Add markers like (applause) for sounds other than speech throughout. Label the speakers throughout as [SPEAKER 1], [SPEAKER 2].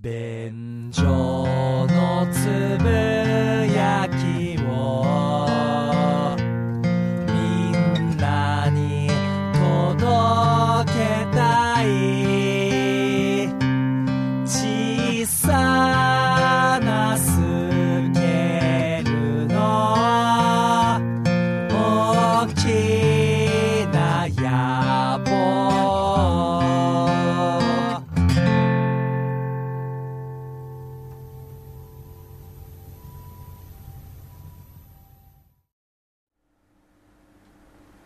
[SPEAKER 1] 便所のつぶやきをみんなに届けたい小さなスケールの大きな野望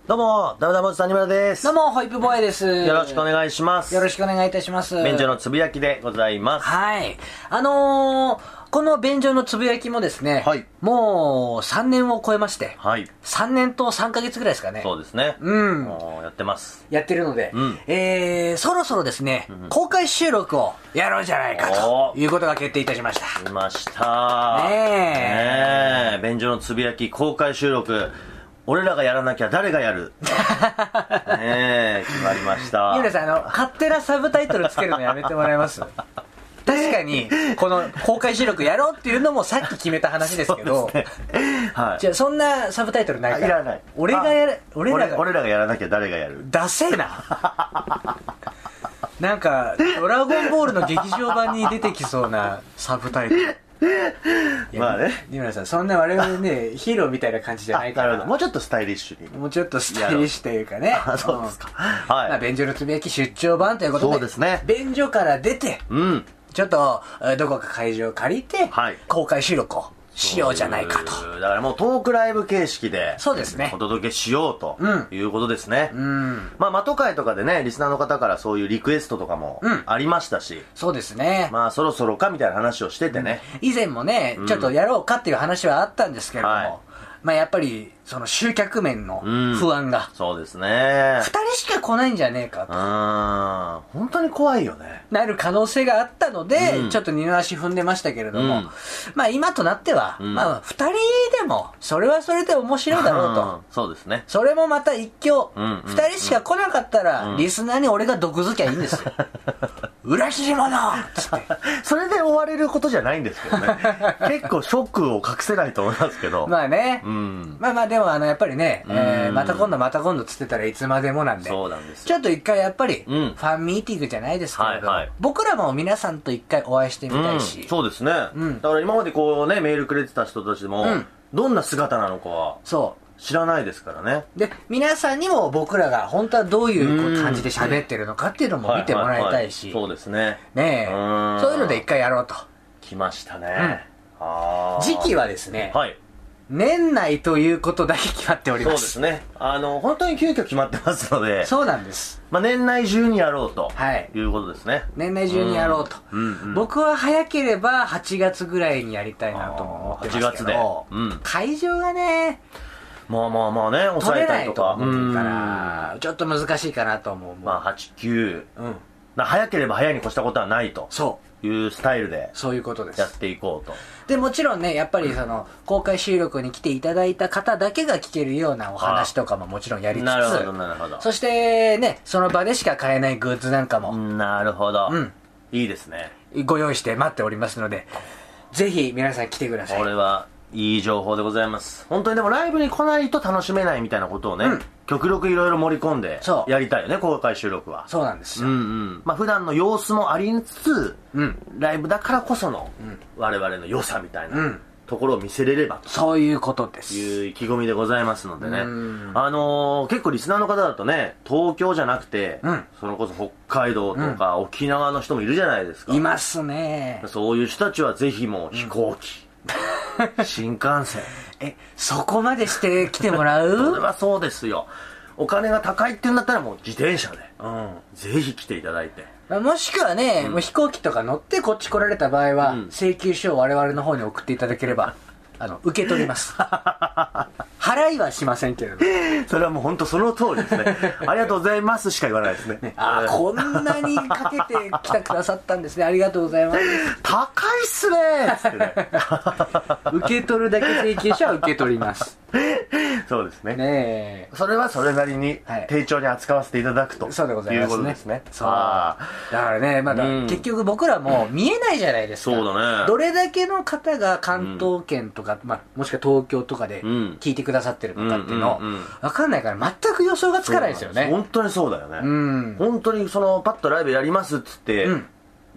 [SPEAKER 2] どうも、ダブダブおじさんに村です。
[SPEAKER 3] どうも、ホイップボーイです。
[SPEAKER 2] よろしくお願いします。
[SPEAKER 3] よろしくお願いいたします。
[SPEAKER 2] 便所のつぶやきでございます。
[SPEAKER 3] はい。あのー、この便所のつぶやきもですね、
[SPEAKER 2] はい
[SPEAKER 3] もう3年を超えまして、
[SPEAKER 2] はい。
[SPEAKER 3] 3年と3ヶ月ぐらいですかね。
[SPEAKER 2] そうですね。
[SPEAKER 3] うん
[SPEAKER 2] もうやってます。
[SPEAKER 3] やってるので、
[SPEAKER 2] うん
[SPEAKER 3] えー、そろそろですね、公開収録をやろうじゃないか
[SPEAKER 2] お
[SPEAKER 3] と
[SPEAKER 2] ー
[SPEAKER 3] いうことが決定いたしました。
[SPEAKER 2] 来ました。
[SPEAKER 3] ねえ
[SPEAKER 2] ねえ便所のつぶやき公開収録。俺らがやらなきゃ誰が
[SPEAKER 3] (laughs)
[SPEAKER 2] やるねえ、決まりました。
[SPEAKER 3] ゆうなさん、あの、勝手なサブタイトルつけるのやめてもらえます
[SPEAKER 2] (laughs)
[SPEAKER 3] 確かに、この公開収録やろうっていうのもさっき決めた話ですけど、
[SPEAKER 2] はい。
[SPEAKER 3] じゃあそんなサブタイトルないから
[SPEAKER 2] いらない。
[SPEAKER 3] 俺がやる
[SPEAKER 2] あ
[SPEAKER 3] 俺らが
[SPEAKER 2] 俺らがやらなきゃ誰がやる
[SPEAKER 3] ダセえな (laughs) なんか「ドラゴンボール」の劇場版に出てきそうなサブタイトルいや
[SPEAKER 2] まあね
[SPEAKER 3] 二村さんそんな我々ね
[SPEAKER 2] (laughs)
[SPEAKER 3] ヒーローみたいな感じじゃ
[SPEAKER 2] あ
[SPEAKER 3] ないか
[SPEAKER 2] なる
[SPEAKER 3] ら
[SPEAKER 2] ほど。もうちょっとスタイリッシュに。
[SPEAKER 3] もうちょっとスタイリッシュというかね
[SPEAKER 2] あそうですか。
[SPEAKER 3] うんまあ
[SPEAKER 2] はい。
[SPEAKER 3] 便所のつぶやき出張版ということで
[SPEAKER 2] そうですね
[SPEAKER 3] 便所から出て
[SPEAKER 2] うん。
[SPEAKER 3] ちょっとえーどこか会場を借りて、
[SPEAKER 2] はい
[SPEAKER 3] 公開収録をしようじゃないかと
[SPEAKER 2] うーだからもうトークライブ形式で
[SPEAKER 3] そうですね
[SPEAKER 2] お届けしようと
[SPEAKER 3] うん
[SPEAKER 2] いうことですね、
[SPEAKER 3] うん
[SPEAKER 2] まあマト会とかでねリスナーの方からそういうリクエストとかも
[SPEAKER 3] うん
[SPEAKER 2] ありましたし、
[SPEAKER 3] そうですね
[SPEAKER 2] まあそろそろかみたいな話をしててね、
[SPEAKER 3] 以前もね、ちょっとやろうかっていう話はあったんですけれども、
[SPEAKER 2] はい
[SPEAKER 3] まあやっぱり、その集客面の
[SPEAKER 2] うん
[SPEAKER 3] 不安が、
[SPEAKER 2] そうですね
[SPEAKER 3] 二人しか来ないんじゃねえか
[SPEAKER 2] う
[SPEAKER 3] と。
[SPEAKER 2] ーん本当に怖いよね
[SPEAKER 3] なる可能性があったので、
[SPEAKER 2] うん
[SPEAKER 3] ちょっと二の足踏んでましたけれども、
[SPEAKER 2] うん
[SPEAKER 3] まあ今となっては、
[SPEAKER 2] ん
[SPEAKER 3] まあ二人でも、それはそれで面白いだろうと。
[SPEAKER 2] んそうですね (laughs)
[SPEAKER 3] それもまた一挙、
[SPEAKER 2] うんうんうん
[SPEAKER 3] 二人しか来なかったら、リスナーに俺が毒づきゃいいんです
[SPEAKER 2] (laughs)
[SPEAKER 3] よ。裏切り者つって。
[SPEAKER 2] それで終われることじゃないんですけ
[SPEAKER 3] (laughs)
[SPEAKER 2] どね結構ショックを隠せないと思いますけど、
[SPEAKER 3] まあね、
[SPEAKER 2] うん
[SPEAKER 3] まあまあでもあのやっぱりね、えー
[SPEAKER 2] うん
[SPEAKER 3] また今度また今度つってたらいつまでもなんで
[SPEAKER 2] そうなんですよ
[SPEAKER 3] ちょっと一回やっぱりフ
[SPEAKER 2] うん
[SPEAKER 3] ァンミーティングじゃないですけれど、
[SPEAKER 2] はいはい
[SPEAKER 3] 僕らも皆さんと一回お会いしてみたいし、
[SPEAKER 2] うん、そうですね、
[SPEAKER 3] うん
[SPEAKER 2] だから今までこうねメールくれてた人たちも、
[SPEAKER 3] うん
[SPEAKER 2] どんな姿なのかは
[SPEAKER 3] そ
[SPEAKER 2] 知らないですからね
[SPEAKER 3] うで皆さんにも僕らが本当はどういう
[SPEAKER 2] うん
[SPEAKER 3] 感じで喋ってるのかっていうのも見てもらいたいし、
[SPEAKER 2] はははそうですね
[SPEAKER 3] ねえ
[SPEAKER 2] うん
[SPEAKER 3] そういうので一回やろうと
[SPEAKER 2] 来ましたね、あー
[SPEAKER 3] 時期はですね、
[SPEAKER 2] はい
[SPEAKER 3] 年内ということだけ決まっており
[SPEAKER 2] そう
[SPEAKER 3] ま
[SPEAKER 2] ですすねあの本当に急遽決まってますので、
[SPEAKER 3] そうなんです
[SPEAKER 2] まあ、年内中にやろうと、
[SPEAKER 3] はい
[SPEAKER 2] い、うことですね
[SPEAKER 3] 年内中にやろうと、
[SPEAKER 2] うんうんうん
[SPEAKER 3] 僕は早ければ8月ぐらいにやりたいなとも思ってますけど
[SPEAKER 2] あー8月でうん
[SPEAKER 3] 会場がね
[SPEAKER 2] まあまあまあね抑
[SPEAKER 3] 取
[SPEAKER 2] え
[SPEAKER 3] れ
[SPEAKER 2] た
[SPEAKER 3] な
[SPEAKER 2] り
[SPEAKER 3] い
[SPEAKER 2] と
[SPEAKER 3] と
[SPEAKER 2] か
[SPEAKER 3] 思うからちょっと難しいかなと思う、
[SPEAKER 2] うんまあ89
[SPEAKER 3] うん、
[SPEAKER 2] まあ早ければ早いに越したことはないと
[SPEAKER 3] そう
[SPEAKER 2] いうスタイルで
[SPEAKER 3] そういうことで
[SPEAKER 2] やっ
[SPEAKER 3] す
[SPEAKER 2] ていこうと
[SPEAKER 3] でもちろんねやっぱりその公開収録に来ていただいた方だけが聞けるようなお話とかももちろんやりつつ
[SPEAKER 2] なるほどなるほど
[SPEAKER 3] そしてねその場でしか買えないグッズなんかも
[SPEAKER 2] なるほど、
[SPEAKER 3] うん
[SPEAKER 2] いいですね
[SPEAKER 3] ご用意して待っておりますのでぜひ皆さん来てください
[SPEAKER 2] これはいい情報でございます本当にでもライブに来ないと楽しめないみたいなことをね、
[SPEAKER 3] うん
[SPEAKER 2] 極力いろいろ盛り込んで
[SPEAKER 3] そう
[SPEAKER 2] やりたいよね公開収録は
[SPEAKER 3] そうなんです
[SPEAKER 2] う
[SPEAKER 3] よ、
[SPEAKER 2] んうんまあ普段の様子もありつつ、
[SPEAKER 3] うん
[SPEAKER 2] ライブだからこその我々の良さみたいな、
[SPEAKER 3] うん
[SPEAKER 2] ところを見せれれば
[SPEAKER 3] そういうことで
[SPEAKER 2] と
[SPEAKER 3] す
[SPEAKER 2] いう意気込みでございますのでね、
[SPEAKER 3] うん
[SPEAKER 2] あのー結構リスナーの方だとね東京じゃなくて、
[SPEAKER 3] うん
[SPEAKER 2] それこそ北海道とか沖縄の人もいるじゃないですか、
[SPEAKER 3] いますね
[SPEAKER 2] そういう人たちはぜひもう飛行機、新幹線。
[SPEAKER 3] えそこまでして来てもら
[SPEAKER 2] (laughs) それ
[SPEAKER 3] う
[SPEAKER 2] はそうですよ。お金が高いって言うんだったらもう自転車で、
[SPEAKER 3] うん
[SPEAKER 2] ぜひ来ていただいて。
[SPEAKER 3] まあもしくはね、もう飛行機とか乗ってこっち来られた場合は、
[SPEAKER 2] うん
[SPEAKER 3] 請求書を我々の方に送っていただけれ
[SPEAKER 2] (laughs)
[SPEAKER 3] ば、あの、受け取ります。払いはしませんけれども。
[SPEAKER 2] それはもう本当その通りです (laughs) ね。ありがとうございますしか言わないですね。
[SPEAKER 3] ああ、こんなにかけてきてくださったんですね。ありがとうございます。
[SPEAKER 2] 高いっすねーっつってね
[SPEAKER 3] 受け取るだけ請求書は受け取ります。
[SPEAKER 2] (laughs) そうですね
[SPEAKER 3] ねえ
[SPEAKER 2] それはそれなりに
[SPEAKER 3] はい
[SPEAKER 2] 丁重に扱わせていただくと、
[SPEAKER 3] そうでございますね
[SPEAKER 2] うことですね
[SPEAKER 3] そう
[SPEAKER 2] ああ
[SPEAKER 3] だからねまだ
[SPEAKER 2] うん
[SPEAKER 3] 結局僕らも見えないじゃないですか
[SPEAKER 2] そうだね
[SPEAKER 3] どれだけの方が関東圏とか、まあ、もしくは東京とかで
[SPEAKER 2] うん
[SPEAKER 3] 聞いてくださってるのかっていうの、わ
[SPEAKER 2] うんうんうん
[SPEAKER 3] かんないから全く予想がつかないですよね
[SPEAKER 2] 本当にそうだよね、
[SPEAKER 3] うん
[SPEAKER 2] 本当にそのパッとライブやりますっつって、
[SPEAKER 3] うん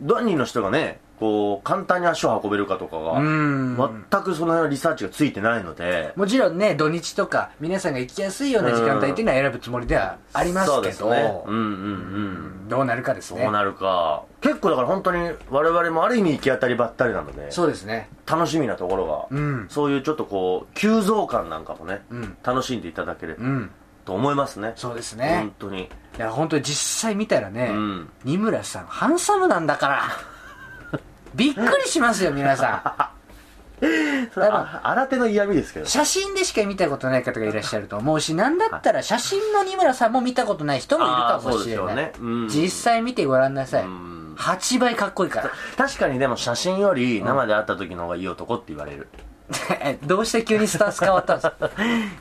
[SPEAKER 2] 何人の人がねこう簡単に足を運べるかとかが、
[SPEAKER 3] うん
[SPEAKER 2] 全くその辺のリサーチがついてないので、
[SPEAKER 3] もちろんね土日とか皆さんが行きやすいような時間帯っていうのは選ぶつもりではあります
[SPEAKER 2] そう
[SPEAKER 3] け
[SPEAKER 2] です
[SPEAKER 3] ど
[SPEAKER 2] ねうんうんうん
[SPEAKER 3] どうなるかです
[SPEAKER 2] ど
[SPEAKER 3] ね
[SPEAKER 2] うなるか結構だから本当に我々もある意味行き当たりばったりなので
[SPEAKER 3] そうですね
[SPEAKER 2] 楽しみなところ
[SPEAKER 3] う
[SPEAKER 2] が、
[SPEAKER 3] ん
[SPEAKER 2] そういうちょっとこう急増感なんかもね、
[SPEAKER 3] うん
[SPEAKER 2] 楽しんでいただければ
[SPEAKER 3] うん
[SPEAKER 2] と思いますね、
[SPEAKER 3] そうです
[SPEAKER 2] 本
[SPEAKER 3] ね
[SPEAKER 2] 当に
[SPEAKER 3] いや本当に実際見たらね、
[SPEAKER 2] うん
[SPEAKER 3] 二村さんハンサムなんだからびっくりしますよ皆さ
[SPEAKER 2] それはあ新手の嫌味ですけど
[SPEAKER 3] ん写真でしか見たことない方がいらっしゃると思うしなんだったら写真の二村さんも見たことない人もいるかもしれ
[SPEAKER 2] あーそう
[SPEAKER 3] ない、
[SPEAKER 2] ですよねうん
[SPEAKER 3] 実際見てごらんなさい、
[SPEAKER 2] ん
[SPEAKER 3] 8倍かっこいいから
[SPEAKER 2] 確かにでも写真より生で会った時の方がいい男って言われる、 (laughs)
[SPEAKER 3] え (laughs) どうして急にスタンス変わったんですか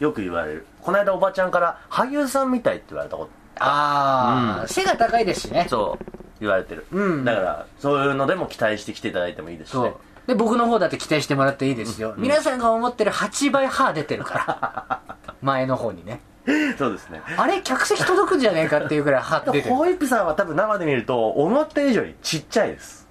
[SPEAKER 2] よく言われるこの間おばちゃんから俳優さんみたいって言われたこと
[SPEAKER 3] ああ、
[SPEAKER 2] うん
[SPEAKER 3] 背が高いですしね
[SPEAKER 2] そう言われてる、
[SPEAKER 3] うん
[SPEAKER 2] だからそういうのでも期待してきていただいてもいいですし
[SPEAKER 3] そ
[SPEAKER 2] ね
[SPEAKER 3] うで僕の方だって期待してもらっていいですよ、皆さんが思ってる8倍歯出てるから前の方にね
[SPEAKER 2] そうですね
[SPEAKER 3] あれ客席届くんじゃねえかっていうぐらい歯出てる
[SPEAKER 2] ホイップさんは多分生で見ると思った以上にちっちゃいです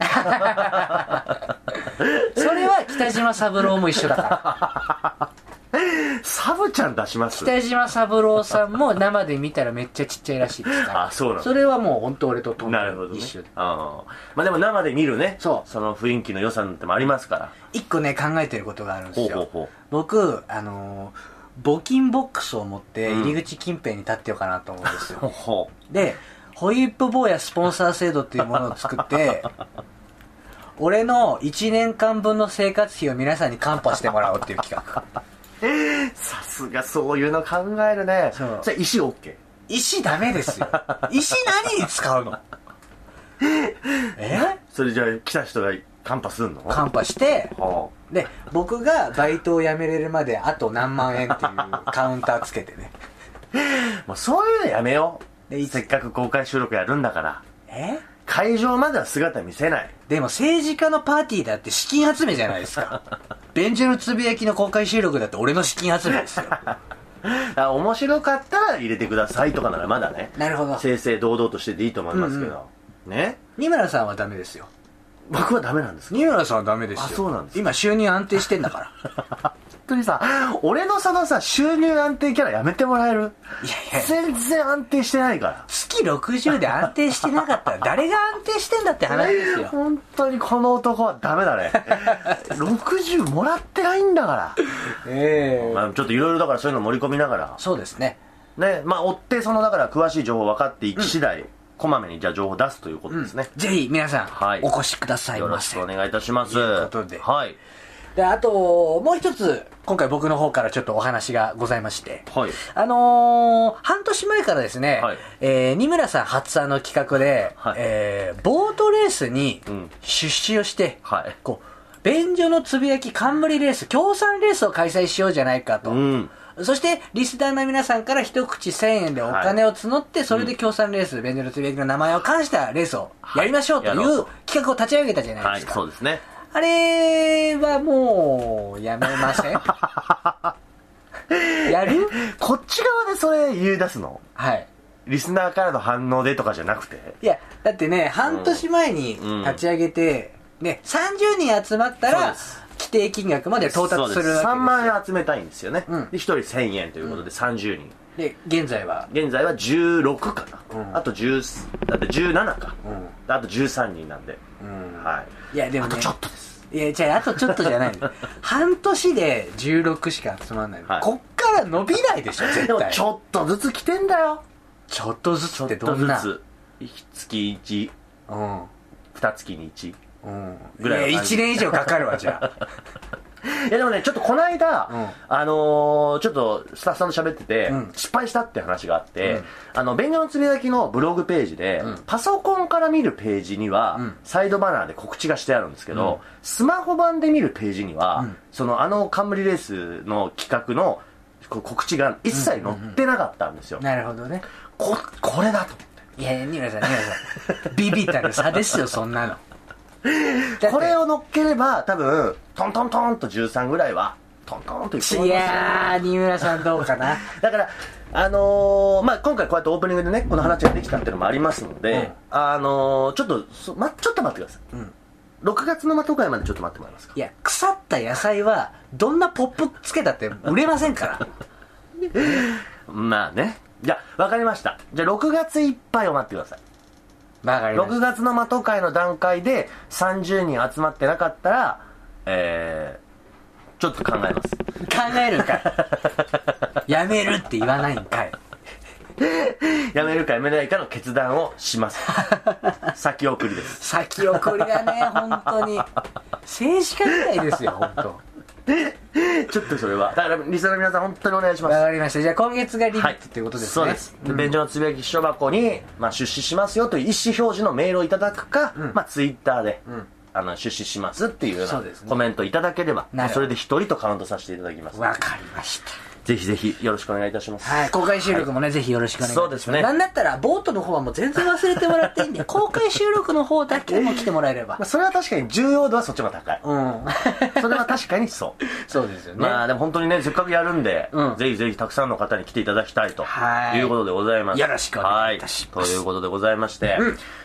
[SPEAKER 3] それは北島三郎も一緒だ
[SPEAKER 2] (laughs)
[SPEAKER 3] から
[SPEAKER 2] サブちゃん出します
[SPEAKER 3] 北島三郎さんも生で見たらめっちゃちっちゃいらしいですから
[SPEAKER 2] あそうなんだ
[SPEAKER 3] それはもう本当俺とトン
[SPEAKER 2] なるほど、
[SPEAKER 3] トン
[SPEAKER 2] ね、
[SPEAKER 3] 一緒で
[SPEAKER 2] ああまあでも生で見るね
[SPEAKER 3] そう
[SPEAKER 2] その雰囲気の良さなんてもありますから
[SPEAKER 3] 一個ね考えてることがあるんです
[SPEAKER 2] ほう
[SPEAKER 3] よ
[SPEAKER 2] ほうほう
[SPEAKER 3] 僕あのー募金ボックスを持って入り口近辺に立ってようかなと思うんですよ、
[SPEAKER 2] (laughs) ほうほ
[SPEAKER 3] でホイップ坊やスポンサー制度っていうものを作って
[SPEAKER 2] (laughs)
[SPEAKER 3] 俺の1年間分の生活費を皆さんにカンパしてもらおうっていう企画
[SPEAKER 2] うさすがそういうの考えるね
[SPEAKER 3] そう
[SPEAKER 2] じゃあ石 OK
[SPEAKER 3] 石ダメです (laughs) よ石何に使うのえ
[SPEAKER 2] それじゃあ来た人がカンパすんの
[SPEAKER 3] カンパして
[SPEAKER 2] は
[SPEAKER 3] で僕がバイトを辞めれるまであと何万円っていう (laughs) カウンターつけてね
[SPEAKER 2] あ、もうそういうのやめよう
[SPEAKER 3] でいつ
[SPEAKER 2] せっかく公開収録やるんだから
[SPEAKER 3] え
[SPEAKER 2] 会場までは姿見せない
[SPEAKER 3] でも政治家のパーティーだって資金集めじゃないですか便所のつぶやきの公開収録だって俺の資金集めですよ
[SPEAKER 2] あ面白かったら入れてくださいとかならまだね
[SPEAKER 3] (laughs) なるほど
[SPEAKER 2] 正々堂々としてていいと思いますけど、ね
[SPEAKER 3] 二村さんはダメですよ
[SPEAKER 2] 僕はダメなんです
[SPEAKER 3] 二村さんはダメですよ
[SPEAKER 2] あそうなんですか
[SPEAKER 3] 今収入安定してんだから
[SPEAKER 2] 本当にさ俺のそのさ収入安定キャラやめてもらえる
[SPEAKER 3] (laughs) いやいや
[SPEAKER 2] 全然安定してないか
[SPEAKER 3] 月60で安定してなかったら誰が安定してんだって
[SPEAKER 2] ら
[SPEAKER 3] 話ですよ
[SPEAKER 2] 本当にこの男はダメだ
[SPEAKER 3] (laughs)
[SPEAKER 2] ね60もらってないんだか
[SPEAKER 3] ええ
[SPEAKER 2] ら、まあ、ちょっといろいろだからそういうの盛り込みなが
[SPEAKER 3] そうですね
[SPEAKER 2] らねまあ追ってそのだから詳しい情報分かっていき次第、こまめにじゃあ情報出すということですね、
[SPEAKER 3] ぜひ皆さん、
[SPEAKER 2] はい
[SPEAKER 3] お越しください
[SPEAKER 2] よろ
[SPEAKER 3] ま
[SPEAKER 2] し
[SPEAKER 3] せ
[SPEAKER 2] くお願いいたします
[SPEAKER 3] ということで
[SPEAKER 2] はい
[SPEAKER 3] であともう一つ今回僕の方からちょっとお話がございまして
[SPEAKER 2] はい
[SPEAKER 3] あのー半年前からですね、
[SPEAKER 2] はい
[SPEAKER 3] えー二村さん発案の企画で、
[SPEAKER 2] はい
[SPEAKER 3] えーボートレースに
[SPEAKER 2] うん
[SPEAKER 3] 出資をして、
[SPEAKER 2] はい
[SPEAKER 3] こう便所のつぶやき冠レース協賛レースを開催しようじゃないかと、
[SPEAKER 2] うん
[SPEAKER 3] そしてリスナーの皆さんから一口1000円でお金を募って、それで協賛レース、便所のつぶやきの名前を冠したレースをやりましょうとい
[SPEAKER 2] はいやろ
[SPEAKER 3] う
[SPEAKER 2] う
[SPEAKER 3] 企画を立ち上げたじゃない
[SPEAKER 2] は
[SPEAKER 3] で
[SPEAKER 2] い
[SPEAKER 3] すか、
[SPEAKER 2] そうですね
[SPEAKER 3] あれはもうやめま
[SPEAKER 2] (laughs)
[SPEAKER 3] せんやる
[SPEAKER 2] こっち側でそれ言い出すの
[SPEAKER 3] はい
[SPEAKER 2] リスナーからの反応でとかじゃなくて
[SPEAKER 3] いやだってね半年前に
[SPEAKER 2] うん
[SPEAKER 3] 立ち上げて、ね、30人集まった
[SPEAKER 2] そう
[SPEAKER 3] ら
[SPEAKER 2] です
[SPEAKER 3] 規定金額まで到達するわけです
[SPEAKER 2] 3万円集めたいんですよね、
[SPEAKER 3] うん
[SPEAKER 2] で1人1000円ということで30人、
[SPEAKER 3] で現在は
[SPEAKER 2] 現在は16かな、
[SPEAKER 3] うん
[SPEAKER 2] あと10だって17か、
[SPEAKER 3] うん
[SPEAKER 2] あと13人なんで、
[SPEAKER 3] ん
[SPEAKER 2] はい
[SPEAKER 3] いやでも
[SPEAKER 2] あ
[SPEAKER 3] ね
[SPEAKER 2] とちょっとです
[SPEAKER 3] いやじゃああとちょっとじゃない
[SPEAKER 2] (laughs)
[SPEAKER 3] 半年で16しか集まんない、
[SPEAKER 2] はい
[SPEAKER 3] こっから伸びないでしょ絶
[SPEAKER 2] (laughs) でも
[SPEAKER 3] 対
[SPEAKER 2] ちょっとずつ来てんだよ
[SPEAKER 3] ちょっとずつって
[SPEAKER 2] ちょ
[SPEAKER 3] ど
[SPEAKER 2] っ
[SPEAKER 3] んな
[SPEAKER 2] とずつ月1
[SPEAKER 3] うん
[SPEAKER 2] 2月に1い
[SPEAKER 3] うん
[SPEAKER 2] ぐらいの感
[SPEAKER 3] い
[SPEAKER 2] じ
[SPEAKER 3] や1年以上かかるわじゃ
[SPEAKER 2] (laughs)
[SPEAKER 3] あ
[SPEAKER 2] やでもねちょっとこの間、
[SPEAKER 3] う
[SPEAKER 2] あのーちょっとスタッフさんと喋ってて、
[SPEAKER 3] うん
[SPEAKER 2] 失敗したって話があって、
[SPEAKER 3] うん
[SPEAKER 2] あの便所のつぶやきのブログページで、
[SPEAKER 3] ん
[SPEAKER 2] パソコンから見るページには、
[SPEAKER 3] うん
[SPEAKER 2] サイドバナーで告知がしてあるんですけど、スマホ版で見るページには、
[SPEAKER 3] ん
[SPEAKER 2] そのあの冠レースの企画のこう告知が一切載ってなかったんですよ、
[SPEAKER 3] なるほどね
[SPEAKER 2] ここれだと思って
[SPEAKER 3] いや二村さん二村さんビビったる差ですよそん
[SPEAKER 2] (laughs)
[SPEAKER 3] なのだって
[SPEAKER 2] これを乗っければ多分トントントンと13ぐらいはトントンといくと思
[SPEAKER 3] い
[SPEAKER 2] いますよ
[SPEAKER 3] やー二村さんどうかな
[SPEAKER 2] だからあのーまあ、今回こうやってオープニングでねこの話ができたっていうのもありますので、
[SPEAKER 3] うん
[SPEAKER 2] あのーちょっとそ、ま、ちょっと待ってください、
[SPEAKER 3] ん
[SPEAKER 2] 6月のまとぐらいまでちょっと待ってもらえますか
[SPEAKER 3] いや腐った野菜はどんなポップつけたって売れません
[SPEAKER 2] (laughs)
[SPEAKER 3] から
[SPEAKER 2] まあねじゃあ分かりましたじゃあ6月いっぱいを待ってください
[SPEAKER 3] 曲がりま
[SPEAKER 2] 6
[SPEAKER 3] し
[SPEAKER 2] 月のまと会の段階で30人集まってなかったらえー、ちょっと考えます
[SPEAKER 3] た考えるんか
[SPEAKER 2] (laughs)
[SPEAKER 3] いやめるって言わないんかい
[SPEAKER 2] やめるかやめないかの決断をし (laughs) ます先送りです
[SPEAKER 3] 先送りだね本当に政治家みたいですよ本当
[SPEAKER 2] ちょっとそれはだからリスナーの皆さん本当にお願いします
[SPEAKER 3] わかりましたじゃあ今月がリミ
[SPEAKER 2] はい
[SPEAKER 3] ットっていうことですね、
[SPEAKER 2] そうです、便所のつぶやき秘書箱に、まあ、出資しますよという意思表示のメールをいただくか、まあ、ツイッターで、あの出資しますっていうよう
[SPEAKER 3] そ
[SPEAKER 2] な
[SPEAKER 3] うですね
[SPEAKER 2] コメントいただければ、
[SPEAKER 3] なるほど
[SPEAKER 2] それで一人とカウントさせていただきます
[SPEAKER 3] わかりました
[SPEAKER 2] ぜひぜひよろしくお願いいたします、
[SPEAKER 3] はい、公開収録もね、ぜひよろしくお願いします。
[SPEAKER 2] そうですね
[SPEAKER 3] なんだったら、ボートの方はもう全然忘れてもらっていいんで、公開収録の方だけも来てもらえれば
[SPEAKER 2] まあ、。それは確かに重要度はそっちの方が高い、
[SPEAKER 3] うん。
[SPEAKER 2] それは確かにそう
[SPEAKER 3] そうですよね。
[SPEAKER 2] まあでも本当にねせっかくやるんで、
[SPEAKER 3] うん
[SPEAKER 2] ぜひぜひたくさんの方に来ていただきたいと
[SPEAKER 3] はい
[SPEAKER 2] いうことでございます
[SPEAKER 3] よろしくお願いいたします
[SPEAKER 2] はということでございまして、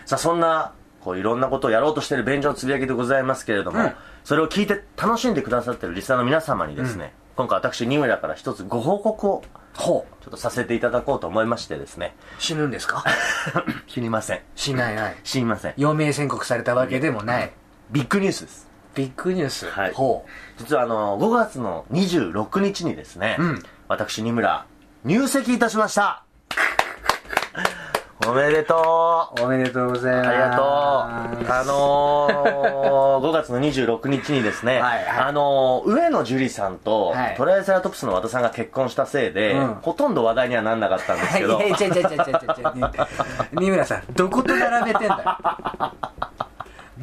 [SPEAKER 2] さあそんなこういろんなことをやろうとしている便所のつぶやきでございますけれども、それを聞いて楽しんでくださってるリスナーの皆様にですね、今回私二村から一つご報告を
[SPEAKER 3] ほう。
[SPEAKER 2] ちょっとさせていただこうと思いましてで
[SPEAKER 3] (laughs)
[SPEAKER 2] すね
[SPEAKER 3] 死ぬんですか
[SPEAKER 2] 知りません
[SPEAKER 3] しないない。
[SPEAKER 2] 知りません
[SPEAKER 3] 余命宣告されたわけでもない。
[SPEAKER 2] ビッグニュースです
[SPEAKER 3] ビッグニュース。
[SPEAKER 2] はい
[SPEAKER 3] ほ
[SPEAKER 2] 実はあの5月の26日にですね、
[SPEAKER 3] ん
[SPEAKER 2] 私二村入籍いたしました (laughs) おめでとう
[SPEAKER 3] う。おめでとうございま
[SPEAKER 2] あ
[SPEAKER 3] す。
[SPEAKER 2] りがとうあのー、5月の26日にですね、
[SPEAKER 3] はいはい
[SPEAKER 2] あのー、上野樹里さんと、
[SPEAKER 3] はい
[SPEAKER 2] トライセラトプスの和田さんが結婚したせいで、
[SPEAKER 3] うん
[SPEAKER 2] ほとんど話題にはなんなかったんですけど
[SPEAKER 3] いや、ちゃちゃちゃちゃちゃちゃ。 (laughs) 二村さん、どこと並べてんだよ。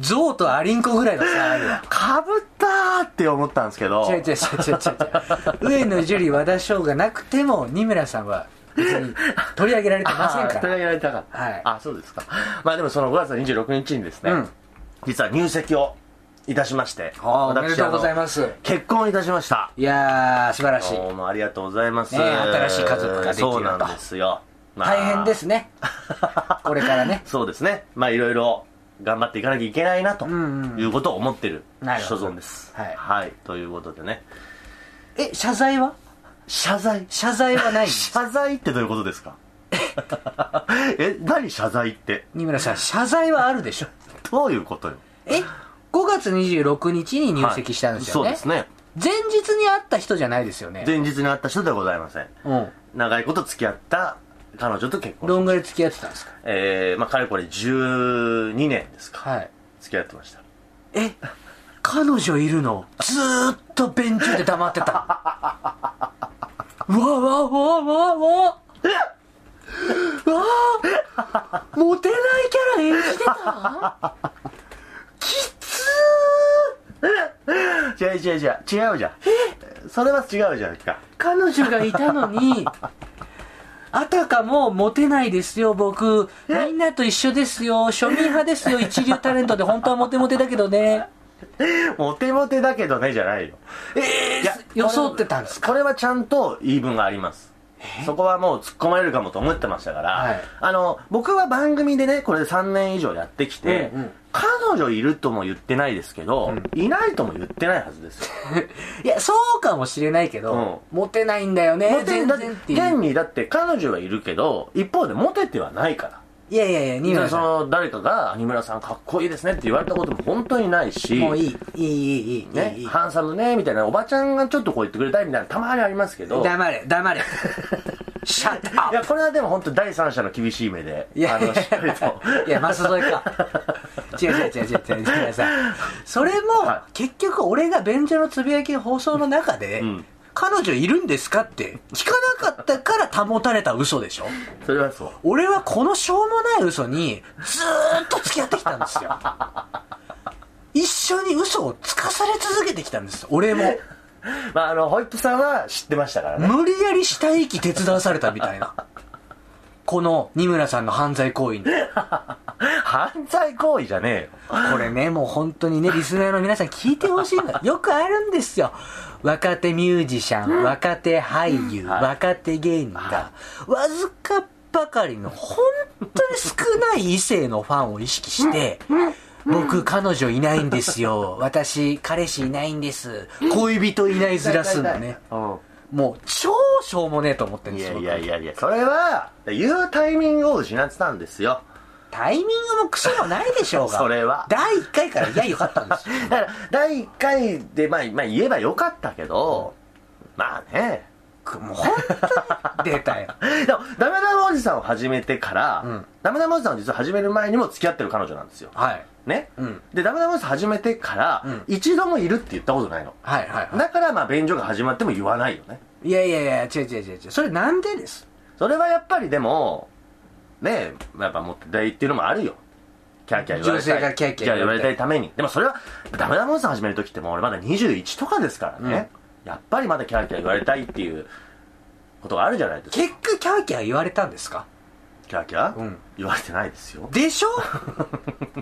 [SPEAKER 3] 象とアリンコぐらいの差あるわ。
[SPEAKER 2] かぶったーって思ったんですけど
[SPEAKER 3] 違う違う違う違う違う上野樹里和田翔がなくても二村さんは別に取り上げられてません
[SPEAKER 2] あ
[SPEAKER 3] か
[SPEAKER 2] (laughs) 取り上
[SPEAKER 3] ら
[SPEAKER 2] げられたかった。
[SPEAKER 3] はい
[SPEAKER 2] あ、そうですか。まあでもその5月26日にですね、
[SPEAKER 3] うん
[SPEAKER 2] 実は入籍をいたしまして、
[SPEAKER 3] ああおめでとうござい
[SPEAKER 2] す。
[SPEAKER 3] ます
[SPEAKER 2] 結婚いたしました。
[SPEAKER 3] いやー素晴らしい
[SPEAKER 2] どうもありがとうございます。
[SPEAKER 3] ねえ新しい家族ができると
[SPEAKER 2] そうなんですよ。まあ
[SPEAKER 3] 大変で。すねこれからね
[SPEAKER 2] そうですね。まあいろいろ頑張っていかなきゃいけないなと
[SPEAKER 3] んうん
[SPEAKER 2] いうことを思ってる
[SPEAKER 3] なるほ
[SPEAKER 2] 所
[SPEAKER 3] ど
[SPEAKER 2] 存です。
[SPEAKER 3] はい
[SPEAKER 2] はい。ということでね。
[SPEAKER 3] え謝罪は
[SPEAKER 2] 謝罪
[SPEAKER 3] 謝罪は
[SPEAKER 2] (laughs)
[SPEAKER 3] ないんです
[SPEAKER 2] 謝罪ってどういうことですか (laughs) え、何謝罪って
[SPEAKER 3] 二村さん謝罪はあるでしょ
[SPEAKER 2] どういうことよ
[SPEAKER 3] え5月26日に入籍したんですよね、
[SPEAKER 2] はいそうですね。
[SPEAKER 3] 前日に会った人じゃないですよね
[SPEAKER 2] 前日に会った人ではございません
[SPEAKER 3] うん
[SPEAKER 2] 長いこと付き合った彼女と結婚し
[SPEAKER 3] どんぐらい付き合ってたんですか
[SPEAKER 2] えー、まあかれこれ12年ですか
[SPEAKER 3] はい
[SPEAKER 2] 付き合ってました
[SPEAKER 3] え彼女いるのずーっとベンチで黙 (laughs) ってたわわわわわわわあモテないキャラ演じてた (laughs)
[SPEAKER 2] 違う違う違う違うじゃんそれは違うじゃんか
[SPEAKER 3] 彼女がいたの (laughs) にあたかもモテないですよ僕みんなと一緒ですよ庶民派ですよ一流タレントで本当はモテモテだけどね
[SPEAKER 2] モテモテだけどねじゃないよえ
[SPEAKER 3] 装ってたんですか
[SPEAKER 2] これはちゃんと言い分がありますそこはもう突っ込まれるかもと思ってましたから、
[SPEAKER 3] はい
[SPEAKER 2] あの僕は番組でねこれ3年以上やってきて、
[SPEAKER 3] うんうん
[SPEAKER 2] 彼女いるとも言ってないですけど、いないとも言ってないはずですよ
[SPEAKER 3] いやそうかもしれないけど、モテないんだよね
[SPEAKER 2] モテ
[SPEAKER 3] 全
[SPEAKER 2] だっ
[SPEAKER 3] 然って
[SPEAKER 2] て
[SPEAKER 3] いう
[SPEAKER 2] 現にだって彼女はいるけど一方でモテてはないから
[SPEAKER 3] いやいやいや二村
[SPEAKER 2] だからそ
[SPEAKER 3] さん
[SPEAKER 2] の誰かが「二村さんかっこいいですね」って言われたことも本当にないし
[SPEAKER 3] もういいいいいいいいいいいい、
[SPEAKER 2] ね、ハンサムねみたいなおばちゃんがちょっとこう言ってくれたいみたいなたまにありますけどい
[SPEAKER 3] 黙れ黙れシャッアッ
[SPEAKER 2] やこれはでも本当第三者の厳しい目で
[SPEAKER 3] いや
[SPEAKER 2] あのしっかりと
[SPEAKER 3] (laughs) いやマス添えか違う違う違う違う違う違うさそれも、
[SPEAKER 2] は
[SPEAKER 3] 結局俺が便所のつぶやき放送の中で、
[SPEAKER 2] ん
[SPEAKER 3] 彼女いるんですかって聞かなかったから保たれた嘘でしょ
[SPEAKER 2] それはそう
[SPEAKER 3] 俺はこのしょうもない嘘にずーっと付き合ってきたんですよ一緒に嘘をつかされ続けてきたんです俺も
[SPEAKER 2] まああのホイップさんは知ってましたからね
[SPEAKER 3] 無理やり死体遺棄手伝わされたみたいな。この、二村さんの犯罪行為に。
[SPEAKER 2] 犯罪行為じゃねえよ
[SPEAKER 3] これね、もう本当
[SPEAKER 2] (laughs)
[SPEAKER 3] にね、リスナーの皆さん聞いてほしいの。 (laughs) よくあるんですよ。若手ミュージシャン、若手俳優、
[SPEAKER 2] はい
[SPEAKER 3] 若手芸人が、わずかばかりの本当に少ない異性のファンを意識して、僕、彼女いないんです
[SPEAKER 2] (laughs)
[SPEAKER 3] よ。私、彼氏いないんです。恋人いないずらすんだね。
[SPEAKER 2] う
[SPEAKER 3] もう、超しょうもねえと思ってるん
[SPEAKER 2] んい
[SPEAKER 3] です
[SPEAKER 2] や
[SPEAKER 3] よ。
[SPEAKER 2] いやいやいやそれは言うタイミングを失ってたんですよ
[SPEAKER 3] 僕タイミングもクソもないでしょうが。
[SPEAKER 2] それは
[SPEAKER 3] 第1回からいや、よかったんですよ。
[SPEAKER 2] (laughs) だから第1回で、まあ、まあ言えばよかったけど、まあね
[SPEAKER 3] もう本当に出たよ。
[SPEAKER 2] でもダメダメおじさんを始めてから、
[SPEAKER 3] うん
[SPEAKER 2] ダメダメおじさんを実は始める前にも付き合ってる彼女なんですよ
[SPEAKER 3] はい。
[SPEAKER 2] ね、
[SPEAKER 3] うん
[SPEAKER 2] でダメダメおじさん始めてから、
[SPEAKER 3] うん
[SPEAKER 2] 一度もいるって言ったことないの
[SPEAKER 3] はいはいは
[SPEAKER 2] だからまあ便所が始まっても言わないよね
[SPEAKER 3] い。いやいやいや、違う違う違う違う。それなんでです。
[SPEAKER 2] それはやっぱりでもねやっぱ持ってたいっていうのもあるよキャーキャー言われたい
[SPEAKER 3] 女性がキャーキャー
[SPEAKER 2] 言われたいためにでもそれはダメダメおじさん始める時ってもう俺まだ21とかですからね、やっぱりまだキャーキャー言われたいっていうことがあるじゃないですか
[SPEAKER 3] 結果キャーキャー言われたんですか
[SPEAKER 2] キャーキャー、
[SPEAKER 3] うん
[SPEAKER 2] 言われてないですよ
[SPEAKER 3] でしょ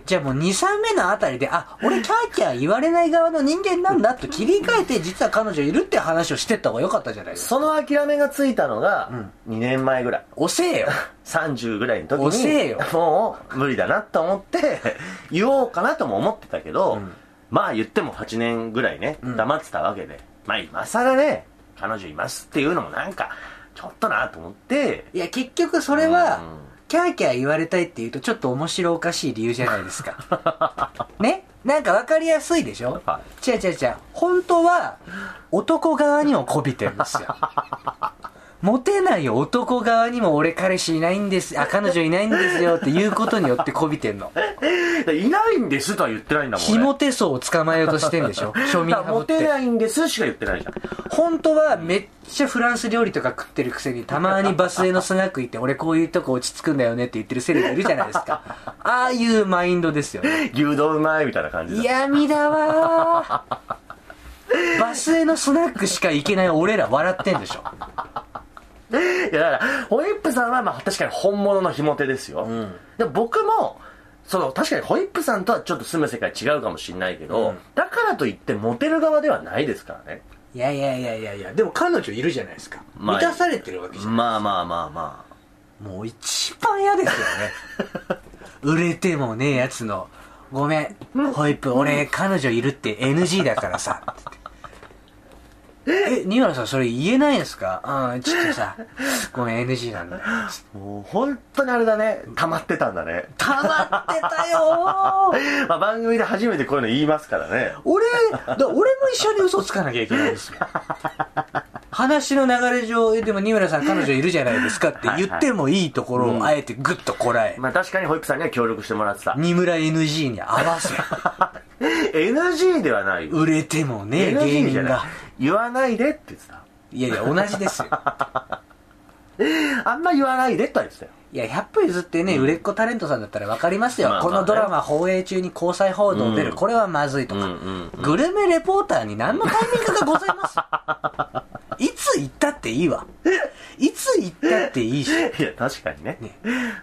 [SPEAKER 3] じゃあもう2、3目のあたりで、あ、俺キャーキャー言われない側の人間なんだと切り替えて、実は彼女いるって話をしてった方が良かったじゃないですか。
[SPEAKER 2] その諦めがついたのが2年前ぐらい、
[SPEAKER 3] 遅えよ。
[SPEAKER 2] 30ぐらいの時に
[SPEAKER 3] 遅えよ
[SPEAKER 2] もう無理だなと思って (laughs) 言おうかなとも思ってたけど、
[SPEAKER 3] ん
[SPEAKER 2] まあ言っても8年ぐらいね
[SPEAKER 3] ん
[SPEAKER 2] 黙ってたわけで、まあ今更ね彼女いますっていうのもなんかちょっとなと思って
[SPEAKER 3] いや、結局それは
[SPEAKER 2] うん、
[SPEAKER 3] キャーキャー言われたいっていうと、ちょっと面白おかしい理由じゃないですか。
[SPEAKER 2] (laughs)
[SPEAKER 3] ねなんか分かりやすいでしょ
[SPEAKER 2] は
[SPEAKER 3] 違う違う違う。本当は、男側にもこびてるんです
[SPEAKER 2] (laughs)
[SPEAKER 3] よ。モテない男側にも俺彼氏いないんです、あ、彼女いないんですよっていうことによってこびてん
[SPEAKER 2] (laughs)
[SPEAKER 3] の。
[SPEAKER 2] で (laughs) いないんですとは言ってないんだもんね
[SPEAKER 3] 非モテ層を捕まえようとしてんでしょ庶民
[SPEAKER 2] だか
[SPEAKER 3] 派
[SPEAKER 2] ら
[SPEAKER 3] ぶ
[SPEAKER 2] モ
[SPEAKER 3] っ
[SPEAKER 2] テ
[SPEAKER 3] て。
[SPEAKER 2] ないんですしか言ってないじゃん
[SPEAKER 3] 本当はめっちゃフランス料理とか食ってるくせにたまにバスへのスナック行って俺こういうとこ落ち着くんだよねって言ってるセレブいるじゃないですか。 (laughs) ああいうマインドですよね。
[SPEAKER 2] 牛丼うまいみたいな感じで
[SPEAKER 3] 闇だわーバスへのスナックしか行けない俺ら笑ってんでしょ
[SPEAKER 2] いやだからホイップさんはまあ確かに本物のひも手ですよ、
[SPEAKER 3] ん
[SPEAKER 2] でも僕もその確かにホイップさんとはちょっと住む世界違うかもしれないけど、
[SPEAKER 3] うん
[SPEAKER 2] だからといってモテる側ではないですからね
[SPEAKER 3] いやいやいやいやいやでも彼女いるじゃないですか、
[SPEAKER 2] まあ
[SPEAKER 3] 満たされてるわけじゃん、
[SPEAKER 2] まあまあまあまあ
[SPEAKER 3] もう一番嫌 (laughs) ですよね売れてもねえやつのごめんホイップ俺彼女いるって NG だからさって言ってえ二村さんそれ言えないんですかうんちょっとさごめん NG なんだよつって
[SPEAKER 2] もう本当にあれだね溜まってたんだね、 (laughs)
[SPEAKER 3] たまってたよー
[SPEAKER 2] まあ、番組で初めてこういうの言いますからね
[SPEAKER 3] 俺、だ俺も一緒に嘘つかなきゃいけないんですよ。話の流れ上、えでも、二村さん彼女いるじゃないですかって言ってもいいところをあえてグッとこらえ、
[SPEAKER 2] まあ確かにホイップさんには協力してもらってた
[SPEAKER 3] 二村 NG に合わせ、
[SPEAKER 2] NG ではない
[SPEAKER 3] 売れてもね、芸
[SPEAKER 2] NG じ
[SPEAKER 3] 人
[SPEAKER 2] ゃない
[SPEAKER 3] が。
[SPEAKER 2] 言わないでって言ってた
[SPEAKER 3] いやいや、同じです
[SPEAKER 2] (laughs)
[SPEAKER 3] よ。
[SPEAKER 2] あんま言わないでって言ってたよ
[SPEAKER 3] いや、100歩譲ってね、売れっ子タレントさんだったら分かりますよ。
[SPEAKER 2] まあまあ
[SPEAKER 3] こ
[SPEAKER 2] ね
[SPEAKER 3] のドラマ放映中に交際報道出る、
[SPEAKER 2] うん
[SPEAKER 3] これはまずいとか、
[SPEAKER 2] うんうん
[SPEAKER 3] グルメレポーターに何のタイミングがございます
[SPEAKER 2] (laughs)
[SPEAKER 3] いつ行ったっていいわ。いつ行ったっていい
[SPEAKER 2] (laughs)
[SPEAKER 3] し。
[SPEAKER 2] いや確かにね
[SPEAKER 3] ね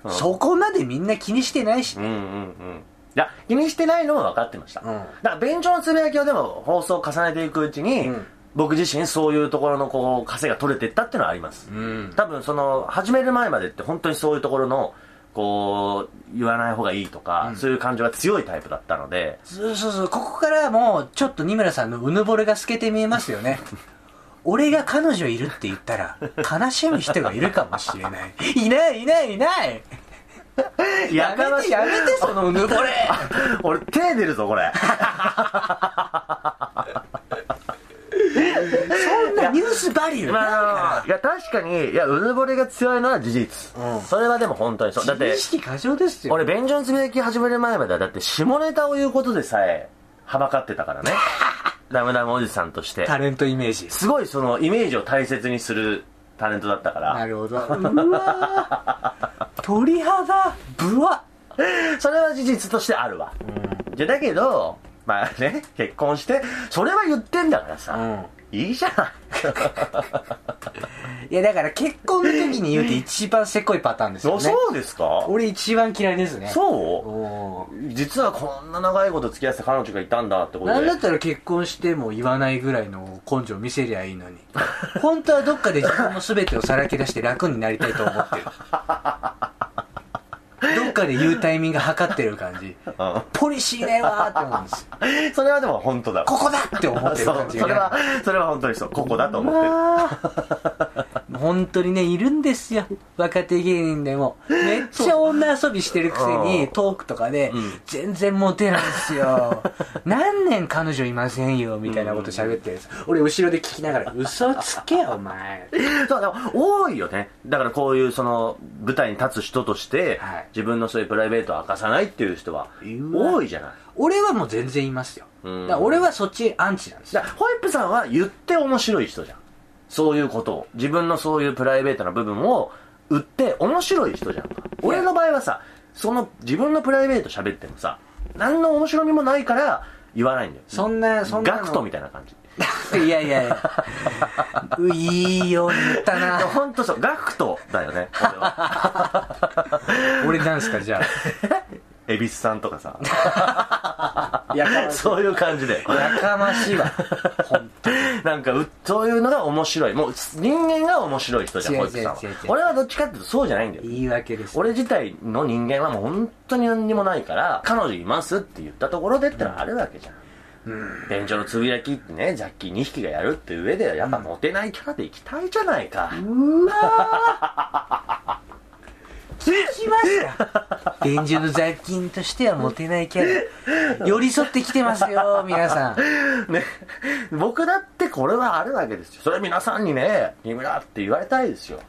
[SPEAKER 3] そこまでみんな気にしてないし、
[SPEAKER 2] うんうんうんいや気にしてないのは分かってました、
[SPEAKER 3] ん
[SPEAKER 2] だから便所のつぶやきをでも放送を重ねていくうちに、
[SPEAKER 3] うん
[SPEAKER 2] 僕自身そういうところのこう稼ぎが取れていったっていうのはあります、
[SPEAKER 3] ん
[SPEAKER 2] 多分その始める前までって本当にそういうところのこう言わない方がいいとか、そういう感情が強いタイプだったので
[SPEAKER 3] そうそうそうここからもうちょっと二村さんのうぬぼれが透けて見えますよ
[SPEAKER 2] (laughs)
[SPEAKER 3] ね俺が彼女いるって言ったら悲しむ人がいるかもしれないいないいないいない (laughs) やめてやめてそのうぬぼれ
[SPEAKER 2] (laughs) 俺手出るぞ
[SPEAKER 3] (laughs)
[SPEAKER 2] これ
[SPEAKER 3] そんなニュースバリューない
[SPEAKER 2] まあ
[SPEAKER 3] か
[SPEAKER 2] いや確かにいやうぬぼれが強いのは事実、
[SPEAKER 3] うん
[SPEAKER 2] それはでも本当にそうだ
[SPEAKER 3] ら
[SPEAKER 2] って
[SPEAKER 3] 自意識過剰ですよ
[SPEAKER 2] 俺、便所のつぶやき始める前までは、だって下ネタを言うことでさえ、はばかってたか
[SPEAKER 3] (laughs)
[SPEAKER 2] らね。ダメダメおじさんとして。
[SPEAKER 3] タレントイメージ
[SPEAKER 2] すごいそのイメージを大切にするタレントだったか
[SPEAKER 3] な
[SPEAKER 2] ら、
[SPEAKER 3] るほどうわー鳥肌ぶわ
[SPEAKER 2] それは事実としてあるわ。じゃ、だけど、まあね、結婚して、それは言ってんだからさ、
[SPEAKER 3] うん
[SPEAKER 2] いいじゃん。
[SPEAKER 3] (laughs) いやだから結婚の時に言うって一番せこいパターンですよ
[SPEAKER 2] そ
[SPEAKER 3] ね
[SPEAKER 2] そうですか
[SPEAKER 3] 俺一番嫌いですね
[SPEAKER 2] そう
[SPEAKER 3] お
[SPEAKER 2] 実はこんな長いこと付き合ってた彼女がいたんだってこ
[SPEAKER 3] ー
[SPEAKER 2] と
[SPEAKER 3] なん
[SPEAKER 2] で
[SPEAKER 3] だったら結婚しても言わないぐらいの根性見せりゃいいの
[SPEAKER 2] (laughs)
[SPEAKER 3] に本当はどっかで自分の全てをさらけ出して楽になりたいと思ってるどっかで言うタイミング測ってる感じポリシーねえわーって思うんですよ
[SPEAKER 2] うんそれはでも本当だ
[SPEAKER 3] ここだって思ってる
[SPEAKER 2] そ
[SPEAKER 3] 感
[SPEAKER 2] う
[SPEAKER 3] じ
[SPEAKER 2] それ
[SPEAKER 3] が
[SPEAKER 2] はそれは本当にそうここだと思ってる
[SPEAKER 3] る (laughs) 本当にねいるんですよ若手芸人でもめっちゃ女遊びしてるくせ
[SPEAKER 2] う
[SPEAKER 3] に
[SPEAKER 2] ん
[SPEAKER 3] トークとかで、
[SPEAKER 2] うん
[SPEAKER 3] 全然モテないんですよ (laughs) 何年彼女いませんよみたいなこと喋ってるやつ俺後ろで聞きながら嘘つけよお前
[SPEAKER 2] (laughs) そうでも多いよねだからこういうその舞台に立つ人として、
[SPEAKER 3] はい
[SPEAKER 2] 自分のそういうプライベートを明かさないっていう人は
[SPEAKER 3] うわ
[SPEAKER 2] 多いじゃない
[SPEAKER 3] 俺はもう全然いますよだ
[SPEAKER 2] ん
[SPEAKER 3] から俺はそっちアンチなんですよ
[SPEAKER 2] だからホイップさんは言って面白い人じゃんそういうことを自分のそういうプライベートな部分を売って面白い人じゃんか俺の場合はさその自分のプライベート喋ってもさ何の面白みもないから言わないんだよ
[SPEAKER 3] そんなそんなの
[SPEAKER 2] ガクトみたいな感
[SPEAKER 3] (laughs)
[SPEAKER 2] じ
[SPEAKER 3] いやいやいやいいように言ったな
[SPEAKER 2] (laughs) 本当そうガクトだよね俺
[SPEAKER 3] (laughs)
[SPEAKER 2] は
[SPEAKER 3] 俺なんすかじゃ
[SPEAKER 2] 恵比寿さんと
[SPEAKER 3] (laughs)
[SPEAKER 2] かさ
[SPEAKER 3] あやかまし
[SPEAKER 2] そういう感じだよ
[SPEAKER 3] いやかましい
[SPEAKER 2] (laughs)
[SPEAKER 3] わ本
[SPEAKER 2] なんかうそういうのが面白いもう人間が面白い人じゃん
[SPEAKER 3] 違う
[SPEAKER 2] ホイップさんは
[SPEAKER 3] 違う違う違う
[SPEAKER 2] 俺はどっちかっていうとそうじゃないんだよ
[SPEAKER 3] 当言い訳です
[SPEAKER 2] 俺自体の人間はもう本当に何にもないから彼女いますって言ったところでってのはあるわけじゃん、便所のつぶやきってね雑記2匹がやるっていう上でやっぱモテないキャラでいきたいじゃないか、
[SPEAKER 3] うわー聞きま (laughs) した便所の雑菌としてはモテないキャ (laughs) ラ寄り添ってきてますよ皆さん
[SPEAKER 2] (laughs) ね僕だってこれはあるわけですよそれ皆さんにね「三村」って言われたいですよ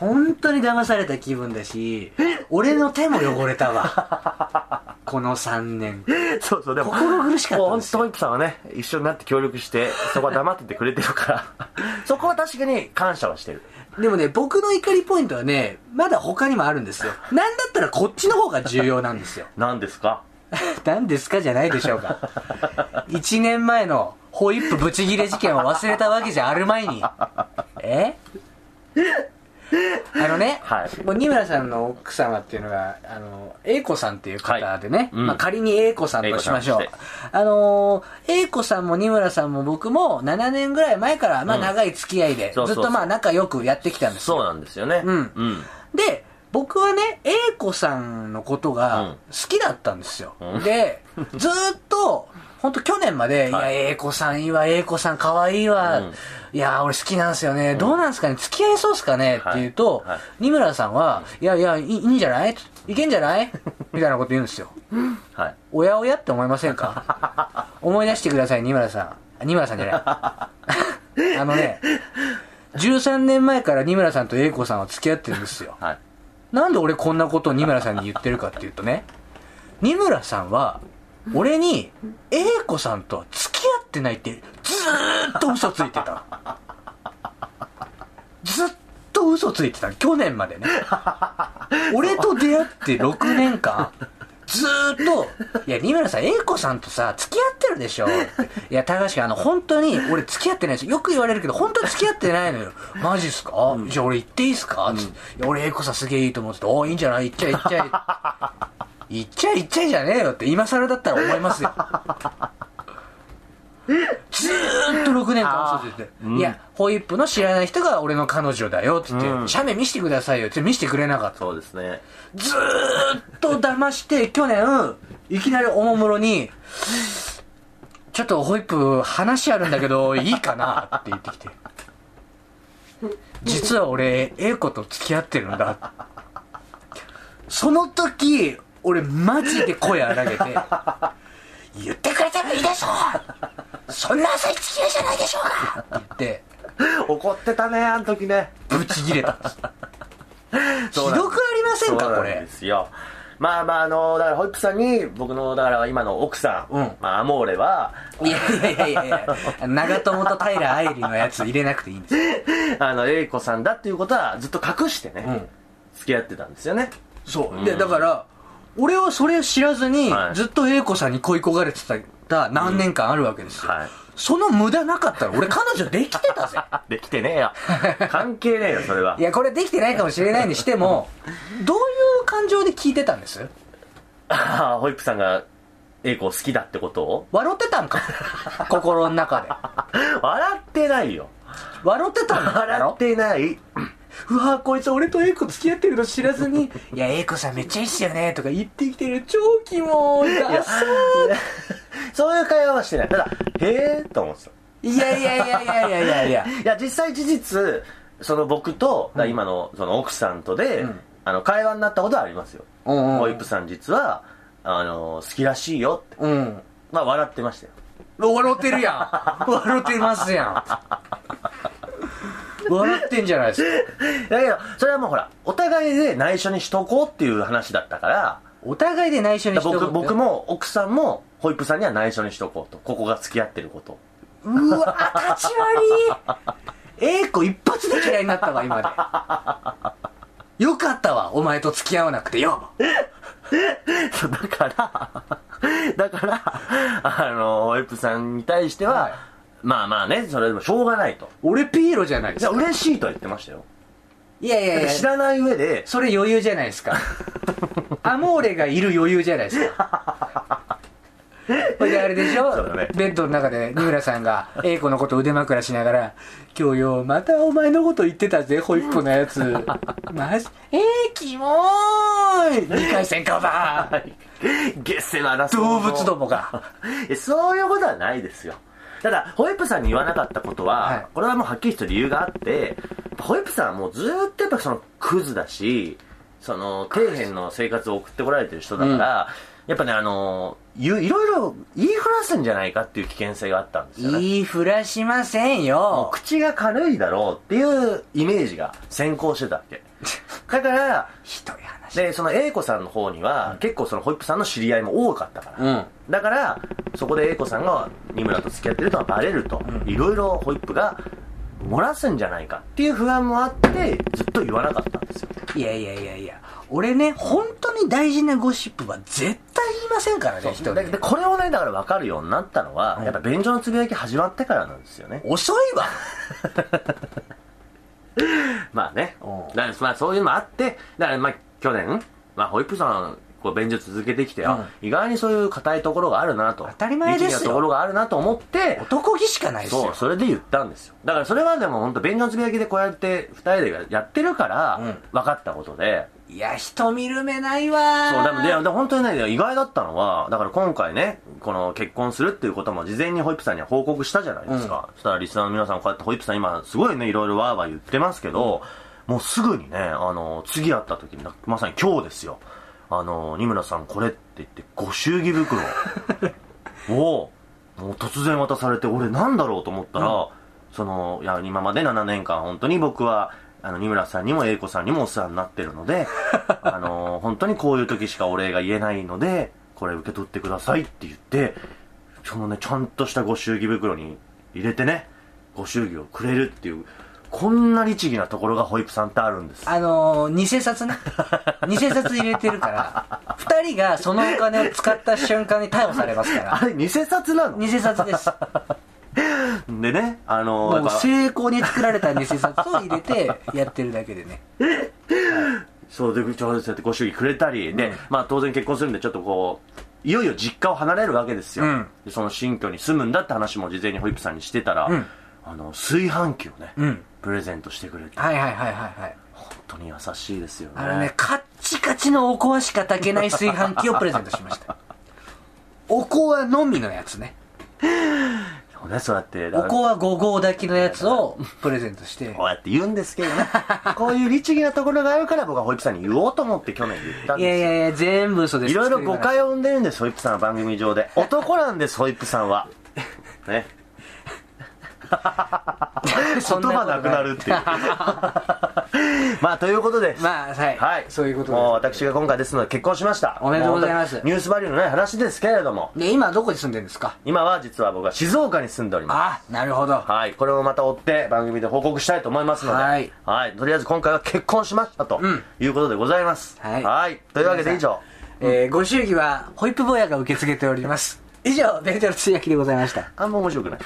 [SPEAKER 3] 本当に騙された気分だし俺の手も汚れたわ (laughs) この3年
[SPEAKER 2] (laughs) そうそうでも
[SPEAKER 3] 心苦しかったん
[SPEAKER 2] 本
[SPEAKER 3] です
[SPEAKER 2] 当
[SPEAKER 3] よ
[SPEAKER 2] ホイップさんはね一緒になって協力してそこは黙っててくれてるから (laughs) そこは確かに感謝はしてる
[SPEAKER 3] でもね僕の怒りポイントはねまだ他にもあるんですよなんだったらこっちの方が重要なんですよ
[SPEAKER 2] 何ですか
[SPEAKER 3] (laughs) 何ですかじゃないでしょうか1年前のホイップブチギレ事件を忘れたわけじゃあるまいにえあのね、
[SPEAKER 2] はい
[SPEAKER 3] もう二村さんの奥様っていうのがあの英子さんっていう方でね、
[SPEAKER 2] うん
[SPEAKER 3] まあ、仮に英子さんとしましょう
[SPEAKER 2] 英子さんと
[SPEAKER 3] あのー英子さんも二村さんも僕も7年ぐらい前から、まあ、
[SPEAKER 2] うん
[SPEAKER 3] 長い付き合いで、
[SPEAKER 2] そう
[SPEAKER 3] ず
[SPEAKER 2] そ
[SPEAKER 3] っ
[SPEAKER 2] うそ
[SPEAKER 3] と
[SPEAKER 2] う
[SPEAKER 3] まあ仲良くやってきたんですよ
[SPEAKER 2] そうなんですよね
[SPEAKER 3] うん
[SPEAKER 2] うん
[SPEAKER 3] で僕はね英子さんのこと
[SPEAKER 2] う
[SPEAKER 3] が
[SPEAKER 2] ん
[SPEAKER 3] 好きだったんですよ、
[SPEAKER 2] うん
[SPEAKER 3] でずーっと本当去年まで「
[SPEAKER 2] はい
[SPEAKER 3] い、や英子さんいいわ英子さん可愛いわ、
[SPEAKER 2] うん
[SPEAKER 3] いや俺好きなんですよね、どうなんですかね付き合いそうっすかね」って言うと、
[SPEAKER 2] はいはい
[SPEAKER 3] 二村さんは「いやいやいいいいんじゃないいけんじゃない?」
[SPEAKER 2] (laughs)
[SPEAKER 3] みたいなこと言うんですよ
[SPEAKER 2] はい
[SPEAKER 3] おやおやって思いませんか
[SPEAKER 2] (laughs)
[SPEAKER 3] 思い出してください、二村さんあ。二村さんじゃ
[SPEAKER 2] (laughs)
[SPEAKER 3] ない。あのね、13年前から二村さんと英子さんは付き合ってるんですよ。
[SPEAKER 2] はい
[SPEAKER 3] なんで俺こんなことを二村さんに言ってるかっていうとね、二村さんは、俺に、英子さんとは付き合ってないって、ずーっと嘘ついてた。ずっと嘘ついてた。去年までね。俺と出会って6年間、ずーっと、いや、二村さん、英子さんとさ、付き合ってるでしょ。いや、高橋君、あの、本当に、俺付き合ってないですよ。よく言われるけど、本当に付き合ってないのよ。マジっすか、じゃあ俺行っていいっすか、つっていや俺英子さんすげえいいと思ってて、おーいいんじゃない行っちゃえ行っちゃえ。言っちゃい言っちゃいじゃねえよって今更だったら思いますよずーっと6年間嘘ついてて、いやホイップの知らない人が俺の彼女だよって言って、
[SPEAKER 2] うん
[SPEAKER 3] 写メ見せてくださいよって見せてくれなかった
[SPEAKER 2] そうですね
[SPEAKER 3] ずーっと騙して去年いきなりおもむろにちょっとホイップ話あるんだけ
[SPEAKER 2] (laughs)
[SPEAKER 3] どいいかなって言ってきて実は俺英子と付き合ってるんだその時俺マジで声荒げて言ってくれたらいいでしょうそんな浅い付き合いじゃないでしょうかって
[SPEAKER 2] 怒ってたねあの時ね
[SPEAKER 3] 言ってブチギレたんですひどくあり
[SPEAKER 2] そうなんです
[SPEAKER 3] ませんかこ
[SPEAKER 2] そうなん
[SPEAKER 3] れ
[SPEAKER 2] ですよまあまああのだからホイップさんに僕のだから今の奥さん、
[SPEAKER 3] うん
[SPEAKER 2] まあ、アモーレはい
[SPEAKER 3] やいやいやいや、長友と平愛理のやつ入れなくていいんですよ。
[SPEAKER 2] あの英子さんだっていうことはずっと隠してね、
[SPEAKER 3] うん
[SPEAKER 2] 付き合ってたんですよね
[SPEAKER 3] そう。で、だから、俺はそれを知らずに、
[SPEAKER 2] はい
[SPEAKER 3] ずっと英子さんに恋焦がれてた何年間あるわけですよ、
[SPEAKER 2] はい
[SPEAKER 3] その無駄なかったら俺彼女できてたぜ
[SPEAKER 2] あできてねえ (laughs) よ関係ねえよそれはい
[SPEAKER 3] やこれできて (laughs) ないかもしれないにしてもどういう感情で聞いてたんです
[SPEAKER 2] ああホイップさんが英子を好きだってことを
[SPEAKER 3] 笑ってた (laughs) んか心の中で
[SPEAKER 2] 笑ってないよ
[SPEAKER 3] 笑ってたんだ
[SPEAKER 2] 笑
[SPEAKER 3] ろ
[SPEAKER 2] ってないう
[SPEAKER 3] わこいつ俺と英子と付き合ってるの知らず (laughs) に「いや英子さんめっちゃいいっすよね」とか言ってきてる超キモーダサ
[SPEAKER 2] (laughs) そういう会話はしてないただへえと思ってた
[SPEAKER 3] ーいやいやいやいやいやいやいや
[SPEAKER 2] いや実際事実その僕と、だから今のその奥さんとで、
[SPEAKER 3] うん
[SPEAKER 2] あの会話になったことはありますよ、
[SPEAKER 3] うん
[SPEAKER 2] ホ
[SPEAKER 3] う
[SPEAKER 2] イップさん実はあの好きらしいよって
[SPEAKER 3] んうん
[SPEAKER 2] まあ笑ってましたよ
[SPEAKER 3] 笑ってるやん笑ってますやん笑ってんじゃないですか
[SPEAKER 2] だけどそれはもうほらお互いで内緒にしとこうっていう話だったから
[SPEAKER 3] お互いで内緒に
[SPEAKER 2] だ
[SPEAKER 3] し
[SPEAKER 2] か
[SPEAKER 3] て
[SPEAKER 2] ら
[SPEAKER 3] おく
[SPEAKER 2] 僕
[SPEAKER 3] って
[SPEAKER 2] 僕も奥さんもホイップさんには内緒にしとこうとここが付き合ってること (laughs)
[SPEAKER 3] うわ立ち割り英子一発で嫌いになったわ今でよかったわお前と付き合わなくてよ
[SPEAKER 2] そうだから、 (laughs) だから、あの、ホイップさんに対しては、
[SPEAKER 3] はい
[SPEAKER 2] まあまあね、それでもしょうがないと。
[SPEAKER 3] 俺ピエロじゃないで
[SPEAKER 2] じ
[SPEAKER 3] す
[SPEAKER 2] ゃ
[SPEAKER 3] か
[SPEAKER 2] 嬉しいとは言ってましたよ。
[SPEAKER 3] いやいやいや
[SPEAKER 2] 知らない上で、
[SPEAKER 3] それ余裕じゃないです
[SPEAKER 2] (laughs)
[SPEAKER 3] かアモーレがいる余裕じゃないですか
[SPEAKER 2] (laughs)
[SPEAKER 3] これであれでしょ
[SPEAKER 2] そうだね
[SPEAKER 3] ベッドの中で二村さんが A 子のこと腕枕しながら「今日よまたお前のこと言ってたぜホイップのや
[SPEAKER 2] (laughs)
[SPEAKER 3] つマジえー、キモーい2回戦か
[SPEAKER 2] は
[SPEAKER 3] ば
[SPEAKER 2] い。ゲッセマな
[SPEAKER 3] 動物どもが
[SPEAKER 2] えそう (laughs) いうことはないですよ。ただ、ホイップさんに言わなかったことは、
[SPEAKER 3] はい
[SPEAKER 2] これはもうはっきりと理由があって、ホイップさんはもうずーっとやっぱそのクズだし、その底辺の生活を送ってこられてる人だから、やっぱね、あの、ゆいろいろ言いふらすんじゃないかっていう危険性があったんですよね。
[SPEAKER 3] いいふらしません
[SPEAKER 2] もう
[SPEAKER 3] よ
[SPEAKER 2] 口が軽いだろうっていうイメージが先行してたわけ。
[SPEAKER 3] (laughs)
[SPEAKER 2] だから、
[SPEAKER 3] ひどい話
[SPEAKER 2] で、その A 子さんの方には、結構そのホイップさんの知り合いも多かったから、
[SPEAKER 3] うん
[SPEAKER 2] だからそこで A 子さんが二村と付き合ってるとはバレるといろいろホイップが漏らすんじゃないかっていう不安もあってずっと言わなかったんですよ
[SPEAKER 3] いやいやいやいや俺ね本当に大事なゴシップは絶対言いませんからね人に
[SPEAKER 2] ででこれをねだから分かるようになったのは、
[SPEAKER 3] うん
[SPEAKER 2] やっぱ便所のつぶやき始まってからなんですよね
[SPEAKER 3] 遅いわ
[SPEAKER 2] まあね
[SPEAKER 3] うん
[SPEAKER 2] だからまあそういうのもあってだからまあ去年、まあ、ホイップさんこう便所続けてきて、あ意外にそういう硬いところがあるなと
[SPEAKER 3] 当たり前ですよ
[SPEAKER 2] 力なところがあるなと思って
[SPEAKER 3] 男気しかないです
[SPEAKER 2] そう
[SPEAKER 3] よ
[SPEAKER 2] それで言ったんですよだからそれはでも本当便所のつぶやきでこうやって2人でやってるから
[SPEAKER 3] うん
[SPEAKER 2] 分かったことで、
[SPEAKER 3] いや人見る目ないわ
[SPEAKER 2] そうでもいやでも本当にね意外だったのはだから今回ねこの結婚するっていうことも事前にホイップさんには報告したじゃないですか、そしたらリスナーの皆さんこうやってホイップさん今すごいねいろいろわーわー言ってますけど、もうすぐにねあの次会った時にまさに今日ですよあの二村さんこれって言ってご祝儀袋をもう突然渡されて俺なんだろうと思ったら、そのいや今まで7年間本当に僕はあの二村さんにも英子さんにもお世話になってるの (laughs) であの本当にこういう時しかお礼が言えないのでこれ受け取ってくださいって言ってそのねちゃんとしたご祝儀袋に入れてねご祝儀をくれるっていうこんな律儀なところがホイップさんってあるんです
[SPEAKER 3] あのー、偽札
[SPEAKER 2] (laughs)
[SPEAKER 3] ね偽札入れてるから2人がそのお金を使った瞬間に逮捕されますから
[SPEAKER 2] あれ偽札なの
[SPEAKER 3] 偽札
[SPEAKER 2] (laughs)
[SPEAKER 3] です
[SPEAKER 2] でねあの
[SPEAKER 3] も
[SPEAKER 2] やっ
[SPEAKER 3] う
[SPEAKER 2] ぱ
[SPEAKER 3] 成功に作られた偽札を入れてやってるだけでね
[SPEAKER 2] そうでちょうどそうやってご祝儀くれたり、で、まあ当然結婚するんで、ちょっとこう、いよいよ実家を離れるわけですよ。
[SPEAKER 3] うん
[SPEAKER 2] でその新居に住むんだって話も事前にホイップさんにしてたら、
[SPEAKER 3] ん
[SPEAKER 2] あの、炊飯器をね、
[SPEAKER 3] うん
[SPEAKER 2] プレゼントしてくれて、
[SPEAKER 3] はいはいはいはいはい
[SPEAKER 2] 本当に優しいですよね。
[SPEAKER 3] あのねカッチカチのおこわしか炊けない炊飯器をプレゼントしましたおこわのみのやつね
[SPEAKER 2] そうね、そうやって、だ
[SPEAKER 3] お
[SPEAKER 2] から
[SPEAKER 3] こわ5合炊きのやつをプレゼントして
[SPEAKER 2] こうやって言うんですけど
[SPEAKER 3] (laughs)
[SPEAKER 2] ね、こういう律儀なところがあるから僕はホイップさんに言おうと思って去年言ったん
[SPEAKER 3] い
[SPEAKER 2] ですよ。
[SPEAKER 3] やいやいや全部嘘です
[SPEAKER 2] いろいろ誤解を生んでるんです、ホイップさんは番組上で。男なんです、ホイップさん
[SPEAKER 3] (laughs)
[SPEAKER 2] は。ね。
[SPEAKER 3] そ
[SPEAKER 2] 言
[SPEAKER 3] んな
[SPEAKER 2] 葉
[SPEAKER 3] こと
[SPEAKER 2] なくなるっていう。 (laughs) まあ、ということで。
[SPEAKER 3] まあはい、
[SPEAKER 2] はい。
[SPEAKER 3] そういうことです
[SPEAKER 2] もう私が今回ですので結婚しました。
[SPEAKER 3] おめでとうございます
[SPEAKER 2] もう本当にニュースバリューのない話ですけれども、
[SPEAKER 3] で今どこに住んでるんですか
[SPEAKER 2] 今は実は僕は静岡に住んでおります。
[SPEAKER 3] あなるほど
[SPEAKER 2] はい。これをまた追って番組で報告したいと思いますので。
[SPEAKER 3] はい。
[SPEAKER 2] とりあえず今回は結婚しましたと、
[SPEAKER 3] うん
[SPEAKER 2] いうことでございます。
[SPEAKER 3] はい
[SPEAKER 2] というわけで以上。
[SPEAKER 3] えーご祝儀はホイップ坊やが受け継げております以上ベンジャーのつぶやきでございました
[SPEAKER 2] あんま面白くない。